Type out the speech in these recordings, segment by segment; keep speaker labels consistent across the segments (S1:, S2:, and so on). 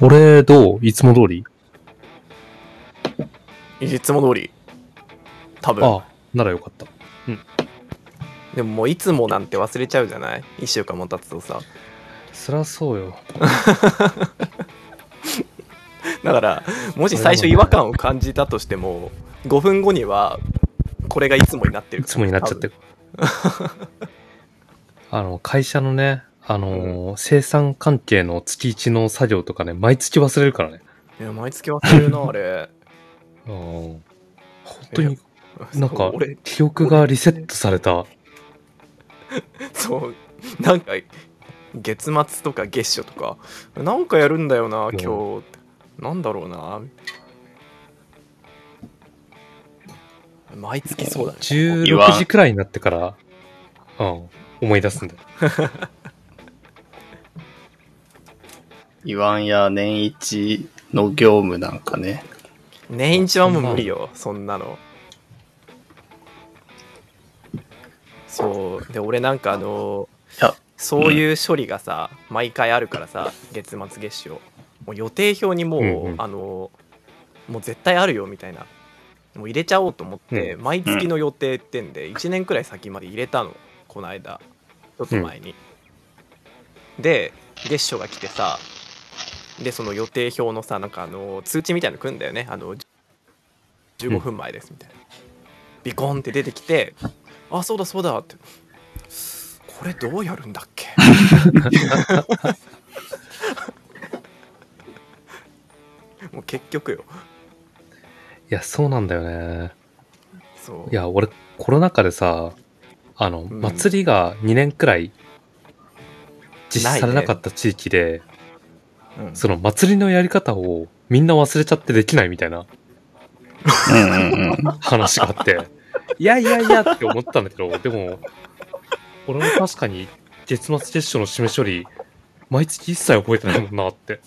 S1: 俺、どういつも通り
S2: いつも通り。多分。
S1: ああ、ならよかった。
S2: でももういつもなんて忘れちゃうじゃない ?1 週間も経つとさ。
S1: そりゃそうよ。
S2: だから、もし最初違和感を感じたとしても、5分後には、これがいつもになって
S1: い
S2: る
S1: つもになっちゃってる。 あの、会社のね、あのー生産関係の月一の作業とかね、毎月忘れるからね。
S2: 多分いや、毎月忘れるな、あれ。
S1: うん本当に、
S2: そ う
S1: なんか
S2: 俺、、
S1: 記憶がリセットされた。
S2: そう、なんか、月末とか月初とか、なんかやるんだよな、今日。なんだろうな。毎月そうだね。
S1: 16時くらいになってから、うん、思い出すんだよ。
S3: 言わんや年一の業務なんかね。
S2: 年一はもう無理よそんなのそうで俺なんかあの
S3: いや、
S2: そういう処理がさ、毎回あるからさ月末月初もう予定表にもう、
S1: うんうん
S2: あのもう絶対あるよみたいなもう入れちゃおうと思って、
S1: う
S2: 毎月の予定ってんで1年くらい先まで入れたのこの間ちょっと前に、で月初が来てさでその予定表のさなんかあの通知みたいなの来るんだよねあの15分前ですみたいな、ビコンって出てきてあそうだそうだってこれどうやるんだっ けもう結局よ
S1: いや、そうなんだよね。
S2: そう
S1: いや、俺、コロナ禍でさ、あの、
S2: ん
S1: 祭りが2年くらい実施され
S2: ないね
S1: なかった地域で、
S2: うん
S1: その祭りのやり方をみんな忘れちゃってできないみたいな
S3: うんうんうん。
S1: 話があって、 いやいやいやって思ったんだけど、でも、俺も確かに月末月初の締め処理、毎月一切覚えてないもんなって。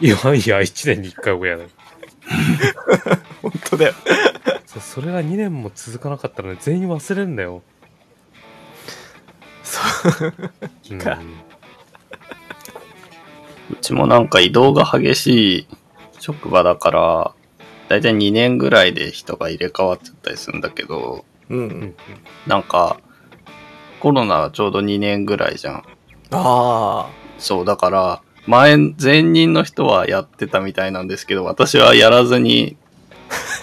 S1: いやいや、1年に1回覚えやない。
S2: 本当だよ
S1: そうそれが2年も続かなかったらね、全員忘れるんだよ。
S2: そう
S1: うん、
S2: か
S3: うちもなんか移動が激しい職場だから、だいたい2年ぐらいで人が入れ替わっちゃったりするんだけど、
S2: うん、
S1: うんうん
S3: なんか、コロナちょうど2年ぐらいじゃん。
S2: あ
S3: そう、だから、前、前任の人はやってたみたいなんですけど、私はやらずに、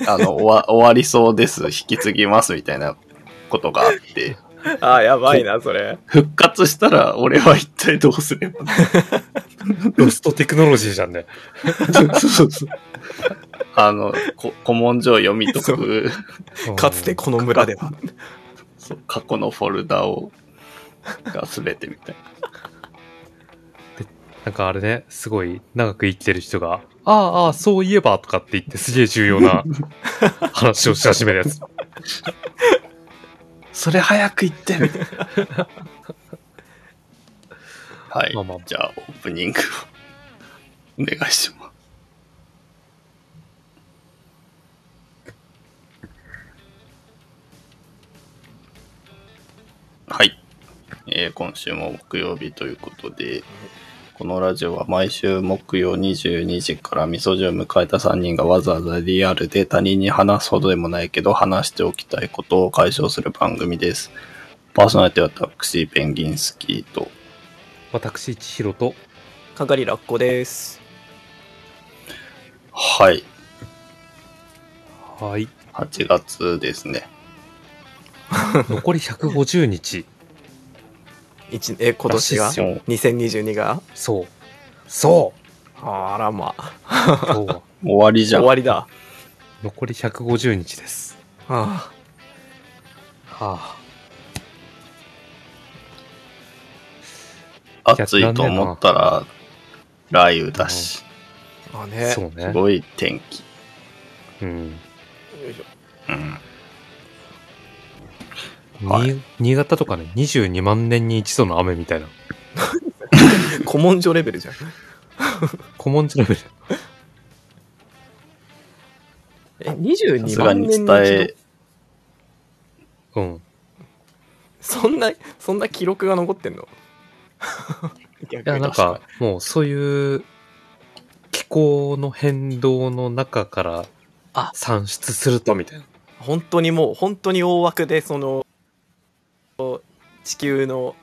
S3: あ の、終わ、終わりそうです、引き継ぎます、みたいなことがあって、
S2: ーあーやばいなそれ
S3: 復活したら俺は一体どうすれば、
S1: ロストテクノロジーじゃんね。
S3: あの、こ古文書を読み解く、
S2: かつてこの村では
S3: そう過去のフォルダを、が全てみたいな。
S1: なんかあれね、すごい長く生きてる人が、ああ、ああ、そういえばとかって言ってすげえ重要 な話をし始めるやつ。
S3: それ早く言ってみたいな。 はい。
S1: まあまあ
S3: じゃあ、オープニングを お願いします。はい。えー今週も木曜日ということで、このラジオは毎週木曜22時から味噌汁を迎えた3人がわざわざリアルで他人に話すほどでもないけど話しておきたいことを解消する番組です。パーソナリティは私、ペンギンスキーと
S1: 私、千尋と、
S2: 係ラッコです
S3: はい。
S1: はい。
S3: 8月ですね。
S1: 残り150日。
S2: 一え今年
S1: ら
S2: が
S1: しいっ
S3: もう
S2: 2022が
S1: そう。そう
S2: あらまあ
S1: 今日は
S3: 終わりじゃ
S2: 終
S3: ん。
S2: わりだ
S1: 残り150日です。
S2: あ
S1: は
S3: 暑いと思ったら雷雨だし、
S2: ーあ
S1: あ、
S2: ね
S1: そう
S3: す
S1: ね。
S3: ごい天気。
S1: うん。
S2: よいしょ
S3: うん。は
S1: に新潟とかね、22万年に一度の雨みたいな。
S2: 古文書レベルじゃん
S1: 古文字レベル。
S2: え22
S3: さ
S2: 万
S3: すがに
S2: 年に一
S3: 伝
S2: 度
S3: え、
S1: うん。
S2: そんなそんな記録が残ってんの
S1: い
S2: い
S1: や、なんか、もうそういう候の変動の中から
S2: あ
S1: 算出するとみたいな。
S2: 本当にもう本当に大枠でその地球の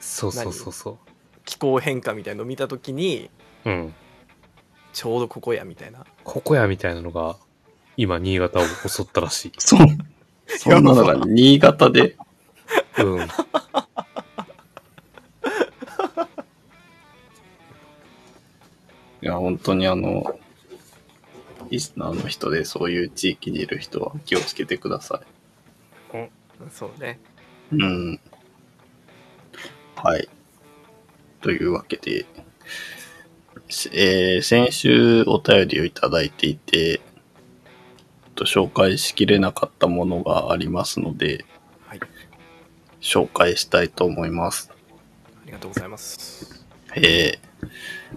S1: そうそうそうそ
S2: 気候変化みたいのを見た時に
S1: う。うん。
S2: ちょうどここやみたいな
S1: ここやみたいなのが、今、新潟を襲ったらし
S3: そう。 そんなのが新潟で、
S1: い。うん。
S3: いや、本当にあの、リスナーの人でそういう地域にいる人は気をつけてくださ
S2: そうね
S3: い。うん。はい。というわけで、しえー先週お便りをいただいていて、ちょっと紹介しきれなかったものがありますので、
S2: はい
S3: 紹介したいと思います。
S2: ありがとうございます
S3: えー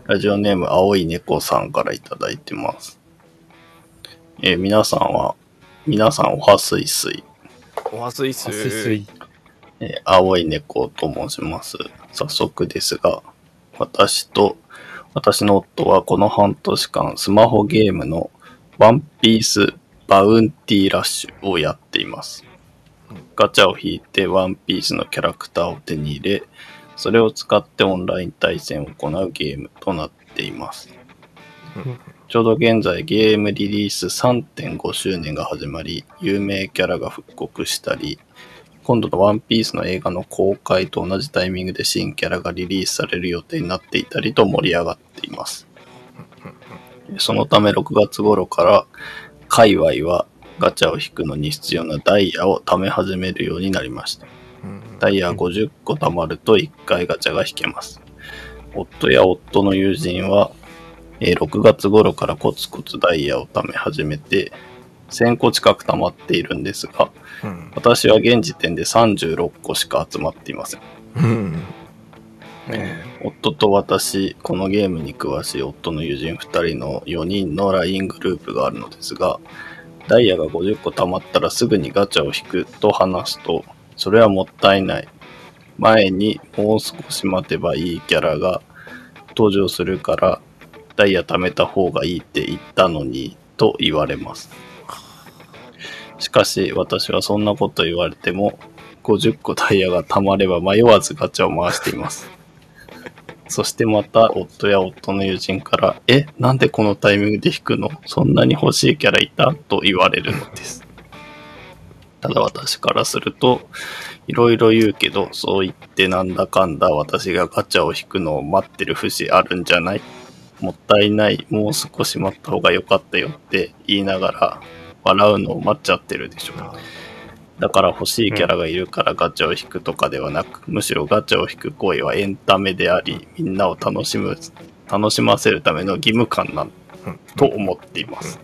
S3: ラジオネーム青い猫さんからいただいてます。えー皆さんは、皆さんおはすいすい、
S2: おはすいす
S1: すいすい。
S3: えー青い猫と申します。早速ですが、私と、私の夫はこの半年間スマホゲームのワンピースバウンティーラッシュをやっています。ガチャを引いてワンピースのキャラクターを手に入れ、それを使ってオンライン対戦を行うゲームとなっています。ちょうど現在ゲームリリース3.5周年が始まり、有名キャラが復刻したり、今度のワンピースの映画の公開と同じタイミングで新キャラがリリースされる予定になっていたりと盛り上がっています。そのため6月頃から、界隈はガチャを引くのに必要なダイヤを貯め始めるようになりました。ダイヤ50個貯まると1回ガチャが引けます。夫や夫の友人は、えー6月頃からコツコツダイヤを貯め始めて、1000個近く貯まっているんですが、
S2: うん
S3: 私は現時点で36個しか集まっていません。
S2: うん
S3: 夫と私、このゲームに詳しい夫の友人2人の4人の LINE グループがあるのですが、ダイヤが50個貯まったらすぐにガチャを引くと話すと、それはもったいない。前にもう少し待てばいいキャラが登場するから、ダイヤ貯めた方がいいって言ったのに、と言われます。しかし、私はそんなこと言われても、50個ダイヤが貯まれば迷わずガチャを回しています。そしてまた夫や夫の友人から、え、なんでこのタイミングで弾くのそんなに欲しいキャラいたと言われるのです。ただ私からすると、いろいろ言うけど、そう言ってなんだかんだ私がガチャを引くのを待ってる節あるんじゃないもったいない、もう少し待った方が良かったよって言いながら、笑うのを待っちゃってるでしょ。だから欲しいキャラがいるからガチャを引くとかではなく、むしろガチャを引く行為はエンタメであり、みんなを楽しむ、楽しませるための義務感なんと思っています。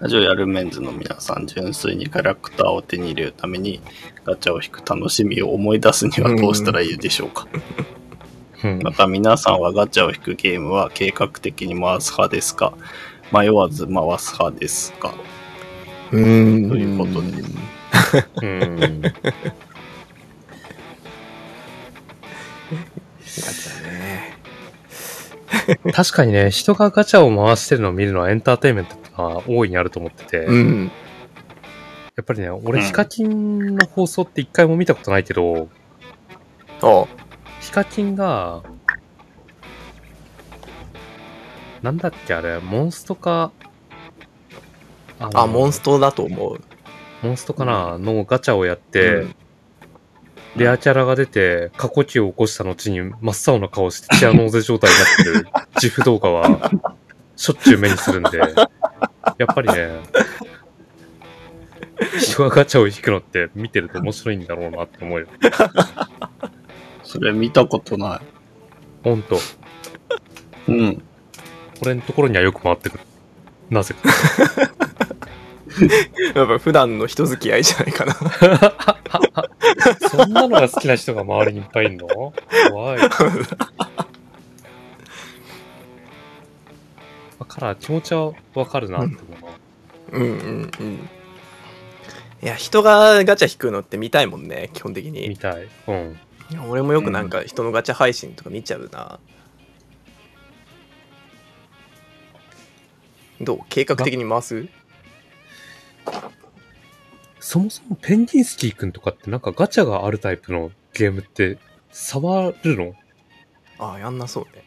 S3: ラジオやるメンズの皆さん、純粋にキャラクターを手に入れるために、ガチャを引く楽しみを思い出すにはどうしたらいいでしょうか。
S1: うん
S3: また皆さんはガチャを引くゲームは計画的に回す派ですか迷わず回す派ですか
S2: うん
S3: ということで。
S1: うん。
S2: ガチャね
S1: 確かにね、人がガチャを回してるのを見るのはエンターテインメントってのは大いにあると思ってて、
S2: う
S1: や
S2: ん
S1: っぱりね、俺、
S3: うん
S1: ヒカキンの放送って一回も見たことないけど、
S2: お
S1: ヒカキンが、なんだっけあれ、モンストか、あ
S2: あモンス
S1: ト
S2: トだと思う
S1: モンストかなのガチャをやって、
S2: うん
S1: レアキャラが出て、過呼吸を起こした後に真っ青な顔してチアノーゼ状態に なってるジフ動画は、しょっちゅう目にするんで、やっぱりね、人がガチャを引くのって見てると面白いんだろうなって思うよ。
S3: それ見たことな
S1: ほんと、
S3: い。うん。
S1: 俺のところにはよく回ってくる。なぜか。
S2: やっぱ普段の人付き合いじゃないかな
S1: そんなのが好きな人が周りにいっぱいいるの怖い。だから気持ちはわかるなって思うな。
S2: うんうんうんいや人がガチャ引くのって見たいもんね基本的に
S1: みたい。うん。
S2: いや俺もよくなんか人のガチャ配信とか見ちゃうな、どう計画的に回す
S1: そもそもペンギンスキーくんとかってなんかガチャがあるタイプのゲームって触るの
S2: ああやんなそうね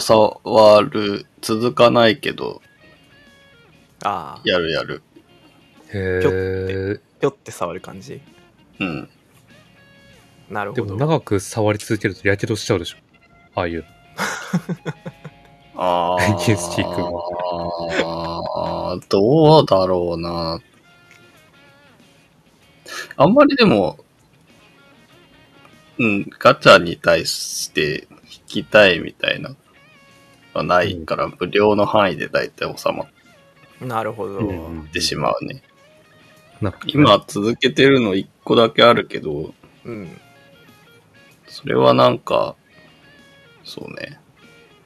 S3: 触る、続かないけど、
S2: ああ
S3: やるやる。
S1: へ
S2: ちょ
S1: え。
S2: ぴょって触る感じ
S3: うん。
S2: なる
S1: で
S2: ほ
S1: も
S2: ど
S1: 長く触り続けるとやけどしちゃうでしょ。ああいう。
S3: ああ。
S1: ケンスキー君
S3: ああ、どうだろうな。あんまりでも、うん、ガチャに対して引きたいみたいな、はないから、無料の範囲で大体収まっ
S2: なるほど、
S1: うんうん
S3: てしまうね。
S1: なんか
S3: 今続けてるの1個だけあるけど、
S2: うん、
S3: それはなんか、そうね。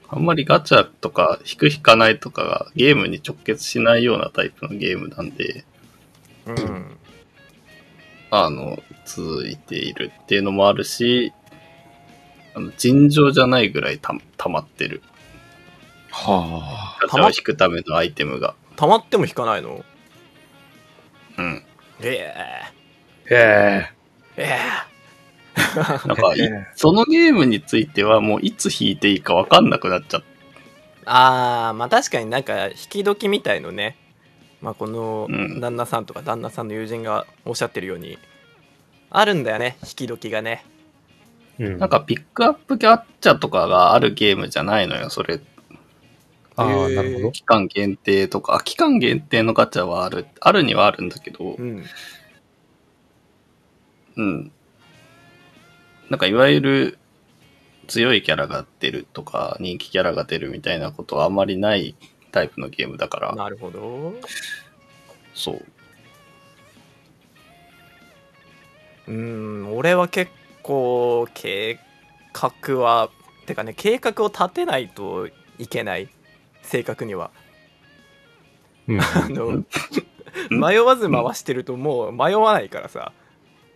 S3: あんまりガチャとか、引く引かないとかがゲームに直結しないようなタイプのゲームなんで、
S2: うん、
S3: あの、続いているっていうのもあるし、あの尋常じゃないぐらいた溜まってる。
S4: は
S3: ガチャを引くためのアイテムが。
S2: 溜まっても引かないの
S3: うん。
S2: え
S1: へ
S2: ええ
S3: なんかい、そのゲームについてはもういつ引いていいかわかんなくなっちゃっ
S2: えああまあ確かになんか引き時みたいのねまあこの
S3: うん
S2: 旦那さんとか旦那さんの友人がおっしゃってるようにあるんだよね引き時がね
S1: え。うん
S3: なん、かピックアップキャッチャーとかがあるゲームじゃないのよ、それ
S1: ああ、
S2: えー
S1: なるほど。
S3: 期間限定とか、あ期間限定のガチャはある、あるにはあるんだけど
S2: う、ん
S3: うん。なんかいわゆる強いキャラが出るとか、人気キャラが出るみたいなことはあまりないタイプのゲームだから、
S2: なるほど
S3: そう。
S2: うん俺は結構計画はてかね計画を立てないといけない正確には
S1: うんうん
S2: あの
S3: ん
S2: 迷わず回してるともう迷わないからさ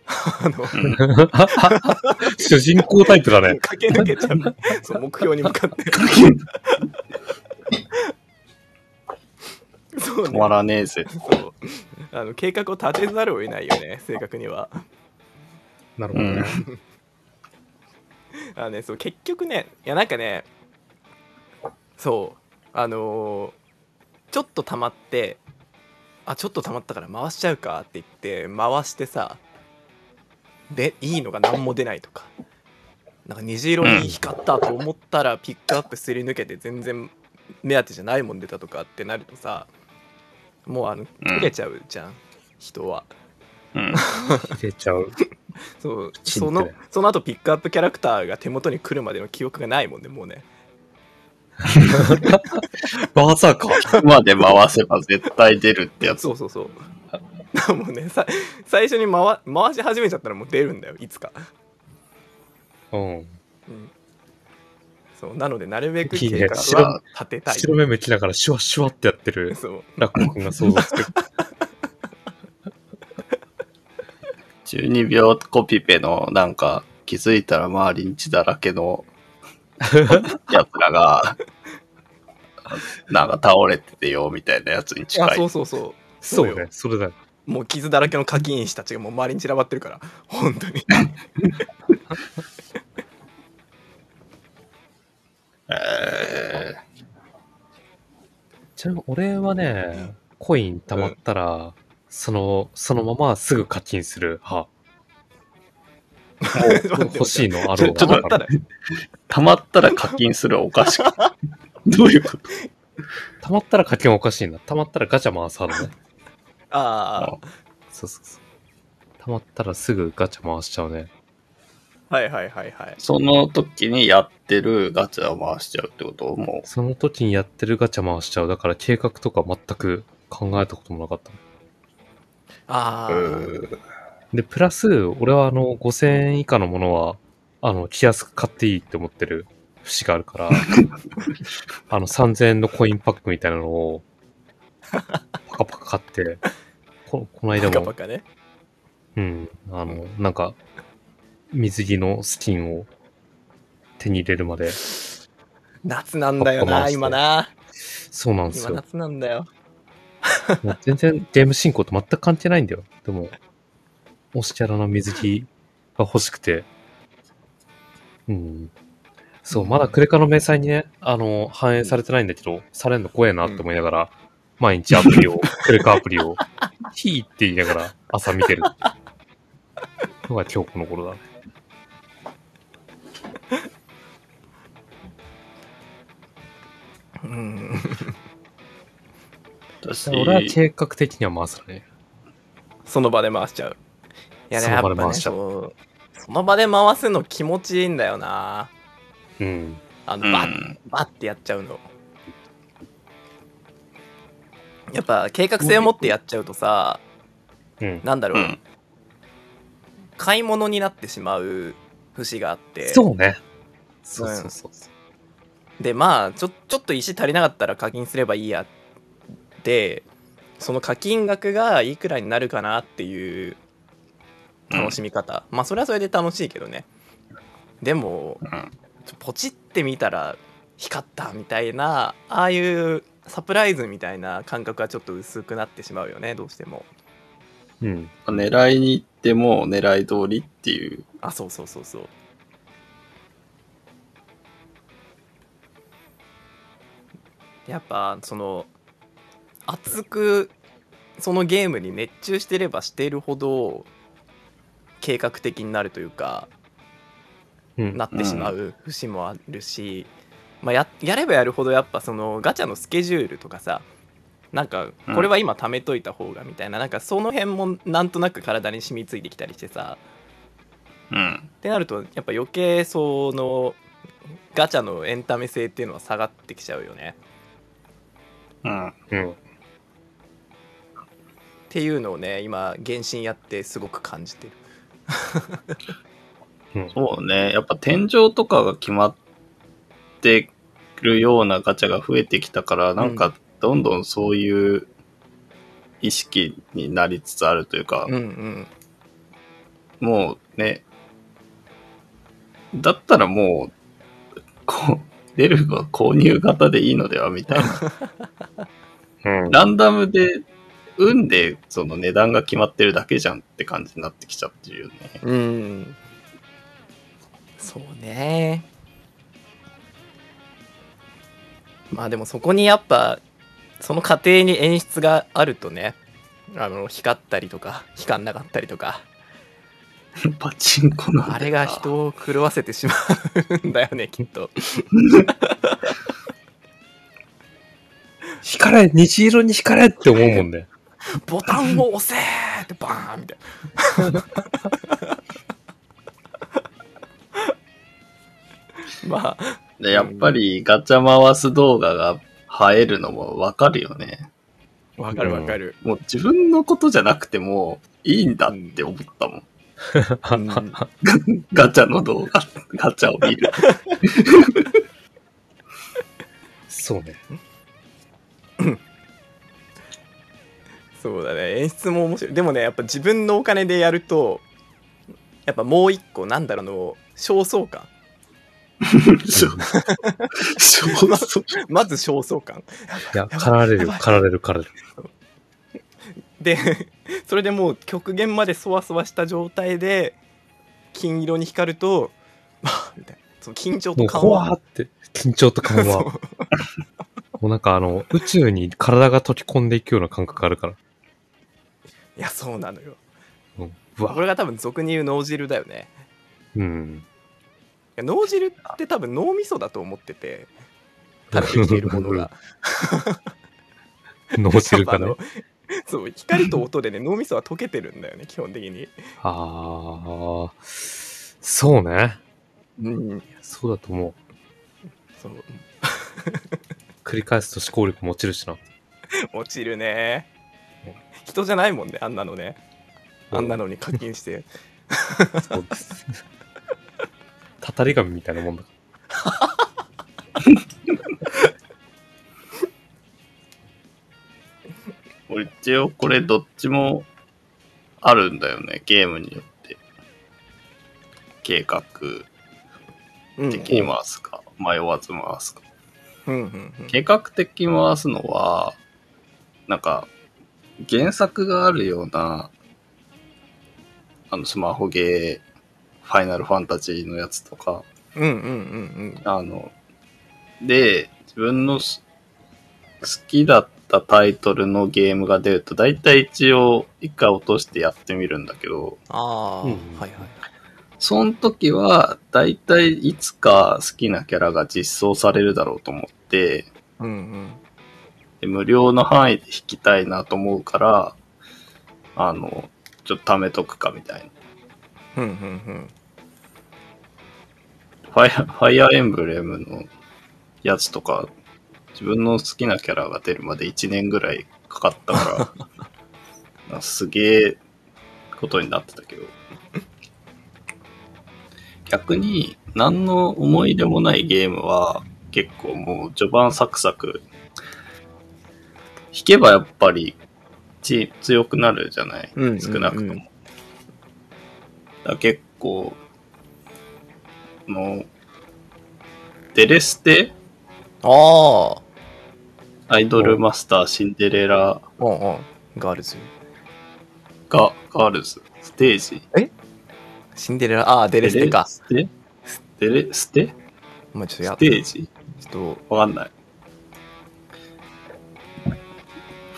S2: あの
S3: うん、
S1: 主人公タイプだね。
S2: 駆け抜けちゃう そう目標に向かってそう
S3: 止
S2: ね
S3: まらねえぜ。
S2: そうあの計画を立てざるを得ないよね正確には
S1: なるほどね。
S2: あのねそう結局ねいやなんかねそうあのーちょっと溜まってあちょっと溜まったから回しちゃうかって言って回してさでいいのが何も出ないとかなんか虹色に光ったと思ったらピックアップすり抜けて全然目当てじゃないもん出たとかってなるとさもうあの切れちゃうじゃん、人は
S3: うん。
S1: 切れちゃう。
S2: そう
S1: チンって
S2: そのその後ピックアップキャラクターが手元に来るまでの記憶がないもんねもうね
S1: バザーか。
S3: ここまで回せば絶対出るってやつ。
S2: そうそうそう もうねさ最初に回回し始めちゃったらもう出るんだよいつか、
S1: うん。
S2: うん、そうなのでなるべく
S1: いいね
S2: 計画は立てたい
S1: 白目めきながらシュワシュワってやってる
S2: そう
S1: 落語くんが想像つく。
S3: 12秒コピペのなんか、気づいたら周りに血だらけの やつらが、なんか倒れててよみたいなやつに近
S2: あ
S3: い
S2: そう。そうそう
S1: そう
S2: よ
S1: ね、それだよ。
S2: もう傷だらけの課金医師たちがもう周りに散らばってるから本当に
S3: えー
S1: ちなみに俺はね、コイン貯まったら、その、そのまますぐ課金する 派。欲しいのあろう
S3: ちょっと
S1: が
S3: 待
S2: だ
S3: っ
S2: ってたら
S3: 溜まったら課金するお かしく。どういうこと
S1: 溜まったら課金はおかしいな。溜まったらガチャ回す派だね。
S2: あ
S1: そうそうそう。溜まったらすぐガチャ回しちゃうね。
S2: あはいはいはいはい
S3: その時にやってるガチャを回しちゃうってことも
S1: その時にやってるガチャ回しちゃう。だから計画とか全く考えたこともなかった。
S2: あ
S3: う、
S2: あ、
S3: う
S1: で、プラス、俺はあの、5000円以下のものは、あの、着やすく買っていいって思ってる節がある から、あの、3000円のコインパックみたいなのを、パカパカ買って、ここの間
S2: バカ
S1: も
S2: バ、カね
S1: うん、あの、なんか、水着のスキンを手に入れるまで、
S2: 夏なんだよ
S1: バカ
S2: な
S1: 回して
S2: 今な
S1: そうなんです
S2: 今
S1: よ。
S2: 夏なんだよ
S1: もう全然ゲーム進行と全く関係ないんだよ。でも、推しキャラの水着が欲しくて。うん。そう、まだクレカの明細にね、あの、反映されてないんだけど、されんの怖えなって思いながら、毎日アプリを、クレカアプリを、ヒーって言いながら朝見てる。のが今日この頃だね。
S2: うん
S3: 私、
S1: 俺は計画的には回すね。
S2: その場で回しちゃういやね
S1: そ
S2: や
S1: の場で
S2: っぱね
S1: 回しちゃう
S2: そうその場で回すの気持ちいいんだよな
S1: うん。
S2: あ
S3: う
S2: のバッ、
S3: ん、
S2: バッてやっちゃうのやっぱ計画性を持ってやっちゃうとさ
S1: うん。
S2: なんだろ
S3: う
S2: う、
S3: ん、
S2: 買い物になってしまう節があって
S1: そうね。そうそうそうそう。
S2: でまあちょちょっと石足りなかったら課金すればいいやでその課金額がいくらになるかなっていう楽しみ方、まあそれはそれで楽しいけどねでも
S3: うん
S2: ちょポチってみたら光ったみたいなああいうサプライズみたいな感覚はちょっと薄くなってしまうよねどうしても
S1: うん。
S3: 狙いに行っても狙い通りっていう。
S2: あそうそうそうそうやっぱその熱くそのゲームに熱中してればしてるほど計画的になるというか
S1: うん。
S2: なってしまう節もあるし、まあ、ややればやるほどやっぱそのガチャのスケジュールとかさなんかこれは今貯めといた方がみたいな,、なんかその辺もなんとなく体に染みついてきたりしてさ、
S3: うん。
S2: ってなるとやっぱ余計そのガチャのエンタメ性っていうのは下がってきちゃうよね
S3: うん。
S1: うん。
S2: っていうのをね今原神やってすごく感じてる
S1: うん。
S3: そうね。やっぱ天井とかが決まってるようなガチャが増えてきたから、なんかどんどんそういう意識になりつつあるというか、
S2: うんうん
S3: もうね、だったらもう、こう、デルフは購入型でいいのではみたい な。
S1: うん。
S3: ランダムで、運でその値段が決まってるだけじゃんって感じになってきちゃってるよね。
S2: うんそうねまあでもそこにやっぱその過程に演出があるとねあの光ったりとか光んなかったりとか
S3: パチンコの。
S2: あれが人を狂わせてしまうんだよねきっと
S1: 光れ虹色に光れって思うもんね。
S2: ボタンを押せーってバーンみたい な。まあ、
S3: で、やっぱりガチャ回す動画が映えるのもわかるよね。
S2: わかるわかる。
S3: もう自分のことじゃなくてもいいんだって思ったもん。
S2: うん
S3: ガチャの動画、 ガチャを 見る。
S1: そうね。
S2: そうだね。演出も面白い。でもね、やっぱ自分のお金でやると、やっぱもう一個、なんだろうの、焦燥感。
S3: そう。そう。
S2: まず焦燥感。
S1: いや、狩られる、狩られる、狩られる。
S2: で、 それでもう極限までそわそわした状態で、金色に光ると、 まあ、みたいな。その緊張
S1: も
S2: と
S1: う、
S2: 緩
S1: ほわ
S2: 和
S1: ーって、緊張と緩和。
S2: そう
S1: もうなんかあの、宇宙に体が溶け込んでいくような感覚あるから。
S2: いや、そうなのよ。
S1: うん。うわ
S2: こ。れが多分俗に言う脳汁だよね
S1: うん。
S2: いや脳汁って多分脳みそだと思ってて食べてきているものが
S1: 脳汁か
S2: や
S1: ね
S2: っ。ぱあのそう光と音でね脳みそは溶けてるんだよね基本的に、
S1: ああ。そうね。
S2: うん、
S1: そうだと思う。
S2: そう
S1: 繰り返すと思考力も落ちる しな。
S2: 落ちるね人じゃないもんねあんなのねあんなのに課金して
S1: そうです。 たたり神みたいなもんだ。
S3: 俺一応これどっちもあるんだよね。ゲームによって。計画
S2: うん
S3: 的に回すか、迷わず回すか。
S2: うんうんうん
S3: 計画的に回すのは、なんか、原作があるような、あの、スマホゲー、ファイナルファンタジーのやつとか、
S2: うんうんうん
S3: あの、で、自分のす好きだったタイトルのゲームが出ると、だいたい一応一回落としてやってみるんだけど、
S2: ああ、
S1: うん
S2: はいはい
S3: その時は、だいたいいつか好きなキャラが実装されるだろうと思って、
S2: うんうん
S3: で無料の範囲で引きたいなと思うから、あの、ちょっと貯めとくかみたいな。
S2: うんうんうん
S3: ファイアファイアーエンブレムのやつとか、自分の好きなキャラが出るまで1年ぐらいかかったから、なんかすげえことになってたけど。逆に、何の思い入れもないゲームは、結構もう序盤サクサク、弾けばやっぱりち強くなるじゃない
S2: うんうんうん
S3: 少なくとも。だから結構、あの、デレステ
S2: ああ
S3: アイドルマスターシンデレラ
S2: うんうんガールズ
S3: がガールズステージ。
S2: シンデレラああデレステか
S3: ステデレステ
S2: まあちょっとや
S3: ス
S2: っち
S3: テージ
S2: ょっと
S3: わかんない。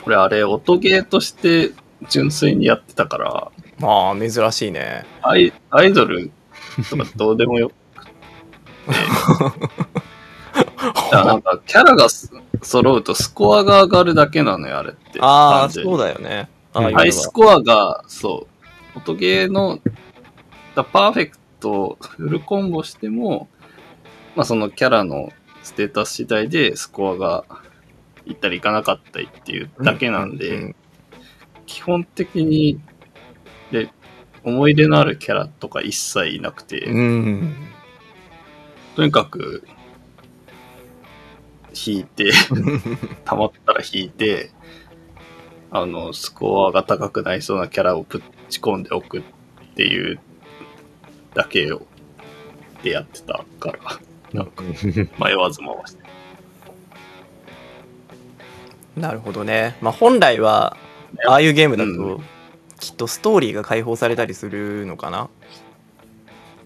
S3: これあれ、音ゲーとして純粋にやってたから、
S2: まあ珍しいね
S3: アイアイドルとかどうでもよ くて。だからなんかキャラがす揃うとスコアが上がるだけなのよ、あれって。
S2: ああ
S3: 単純に
S2: そうだよね
S1: うん
S2: ああいうの
S3: ハイ
S2: は
S3: スコアが、そう、音ゲーの、だパーフェクト、フルコンボしても、まあそのキャラのステータス次第でスコアがいったりいかなかったりっていうだけなんで、
S2: うう
S3: 基本的に、で、思い出のあるキャラとか一切いなくて、
S2: うん
S3: とにかく、引い て、溜まったら引いて、あの、スコアが高くなりそうなキャラをぶち込んでおくっていうだけを、でやってたから、なんか 迷わず回して。
S2: なるほどねまあ本来はああいうゲームだ
S3: う
S2: ときっとストーリーが解放されたりするのかな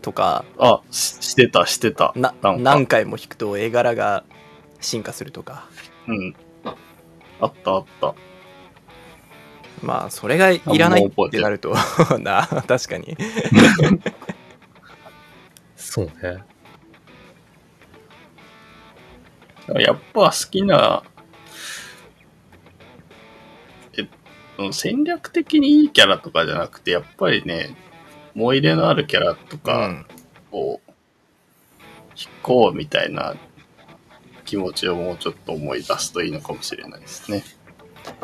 S2: とか
S3: あ、ししてた、してた。
S2: な
S3: なんか
S2: 何回も弾くと絵柄が進化するとか
S3: うん。あった、あった。
S2: まあそれがいらないってなると な確かに
S1: そうね。
S3: やっぱ好きな、え戦略的にいいキャラとかじゃなくて、やっぱりね、思い入れのあるキャラとかを引こうみたいな気持ちをもうちょっと思い出すといいのかもしれないですね。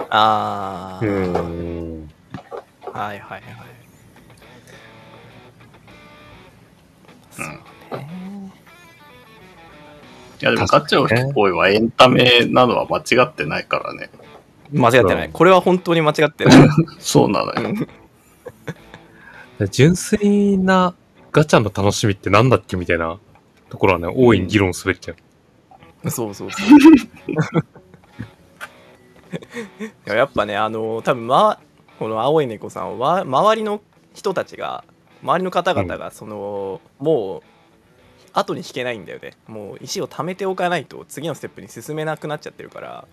S2: あ
S1: う
S2: あ、
S1: ん。
S2: はいはいはい
S3: うん。いやでもガチャを
S1: 確かに
S3: 引
S1: ね
S3: こうはエンタメなのは間違ってないからね。
S2: 間違ってな
S1: う
S2: い
S1: ん
S2: これは本当に間違ってない
S3: そうなのよ。
S1: 純粋なガチャの楽しみってなんだっけみたいなところはね、大いに議論すべきだよ。
S2: そうそうそう いややっぱねあの多分、ま、この青い猫さんは周りの人たちが周りの方々がその、もう後に引けないんだよねもう石を貯めておかないと次のステップに進めなくなっちゃってるから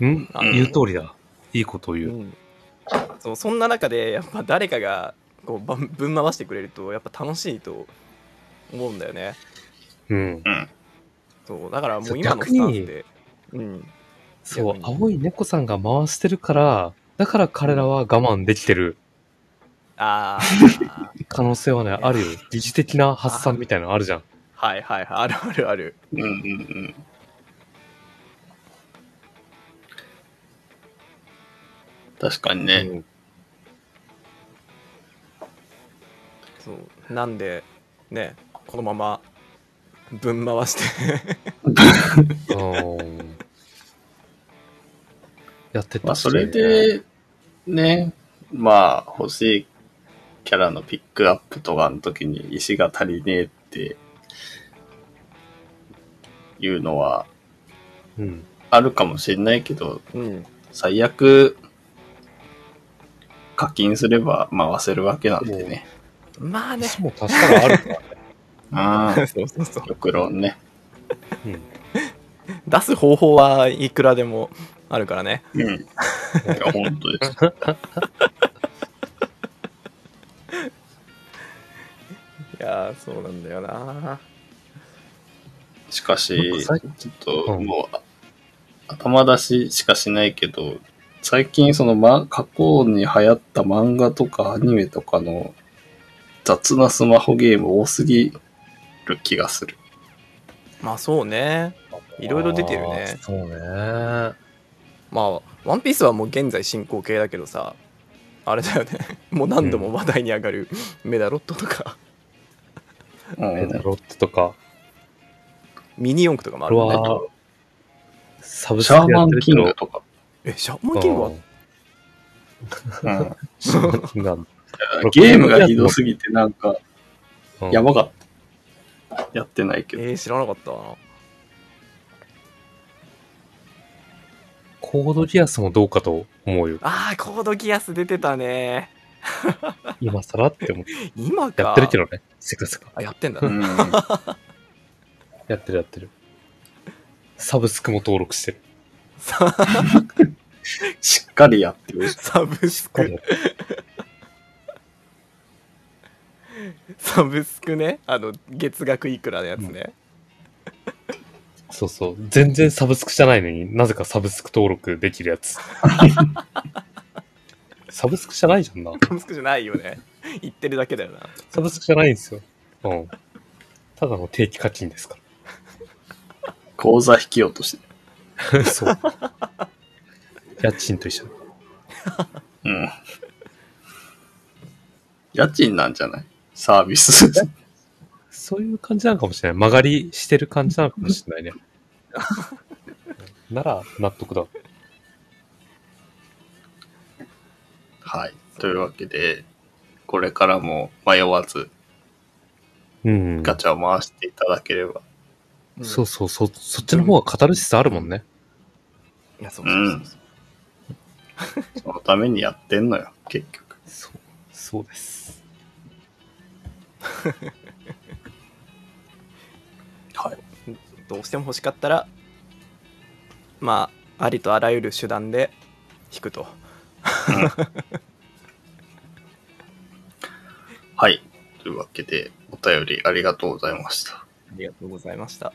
S1: うん
S2: あ
S1: 言う通りだ。いいことを言う。
S2: うん、そうそんな中でやっぱ誰かがこうばんぶん回してくれるとやっぱ楽しいと思うんだよね
S1: うん。
S3: うん。
S2: そうだからも
S1: そう
S2: う今の
S1: 逆
S2: スタン
S1: に
S2: スでうん
S1: そう
S2: 逆、に
S1: 青い猫さんが回してるから、だから彼らは我慢できてる
S2: ああ
S1: 可能性はね、あるよ。疑似的な発散みたいなのあるじゃん。
S2: はいはいはいあるあるある
S3: うんうんうん。確かにね。
S1: うん
S2: そうなんでねこのままぶん回して
S1: うんやってた、
S3: まあ、それ、で、ね、まあ、欲しいキャラのピックアップとかの時に石が足りねえっていうのは、
S1: うん。
S3: あるかもしれないけど、
S2: うん、
S3: 最悪、課金すれば回せるわけなんでね。
S2: まあね
S1: もう足したらあるから。
S3: あ あ、
S2: そうそうそう
S3: 極論ね。
S1: うん。
S2: 出す方法はいくらでもあるからね
S3: うん。いや、本当です。
S2: いやーそうなんだよな
S3: しか
S1: なん
S3: し、
S1: かさ
S3: ちょっと、
S1: うん
S3: もう、頭出ししかしないけど、最近その、ま、過去に流行った漫画とかアニメとかの雑なスマホゲーム多すぎる気がする。
S2: まあそうねいろいろ出てるね
S1: あーそうね。
S2: まあ「ワンピースはもう現在進行形だけどさあれだよね もう何度も話題に上がるメダロットとか
S3: うん
S1: メダロットとか、
S2: ミニ四駆とかもあ
S1: あ
S2: る
S1: れ
S2: もんね
S1: は、サブス
S3: シ
S1: ク
S3: ャー
S1: でや
S3: マ
S1: って
S3: ン
S1: る
S3: キ
S1: け
S3: ング
S1: ど
S3: とか。
S2: えシャーマンキングは
S3: うん
S1: シャーマンキングある
S3: ゲームがひどすぎてなんか、
S1: うん
S3: やばかった。やってないけど。
S2: えー、知らなかったな
S1: コードギアスもどうかと思 うよ。
S2: あーコードギアス出てたね
S1: 今更って思って。
S2: 今か
S1: やってるけどね。せかせか。
S2: あやってんだ
S3: う
S2: ね
S3: ん。
S1: やってるやってる。サブスクも登録してる。
S2: さ
S3: しっかりやってるし。
S2: サブスクサブスクねあの月額いくらのやつね、
S1: そうそう。全然サブスクじゃないのになぜかサブスク登録できるやつ。サブスクじゃないじゃんな。
S2: サブスクじゃないよね 言ってるだけだよな
S1: サブスクじゃないんですよ。うん。ただの定期課金ですか
S3: 口座引き落として。
S1: ら。そう。家賃と一緒だ。
S3: うん。家賃なんじゃないサービス。
S1: そういう感じなのかもしれない。曲がりしてる感じなのかもしれない ね。なら、納得だ。
S3: はい。というわけで、これからも迷わず
S1: うん。
S3: ガチャを回していただければ。
S1: そうそう、そ、そっちの方がカタルシスあるもんね。
S2: いやそうそうそうそう
S3: そのためにやってんのよ、結局。
S1: そう、そうです。
S3: はい。
S2: どうしても欲しかったらまあありとあらゆる手段で引くと
S3: はい。というわけで、お便りありがとうございました。
S2: ありがとうございました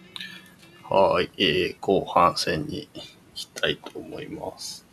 S3: はい、えー後半戦に行きたいと思います。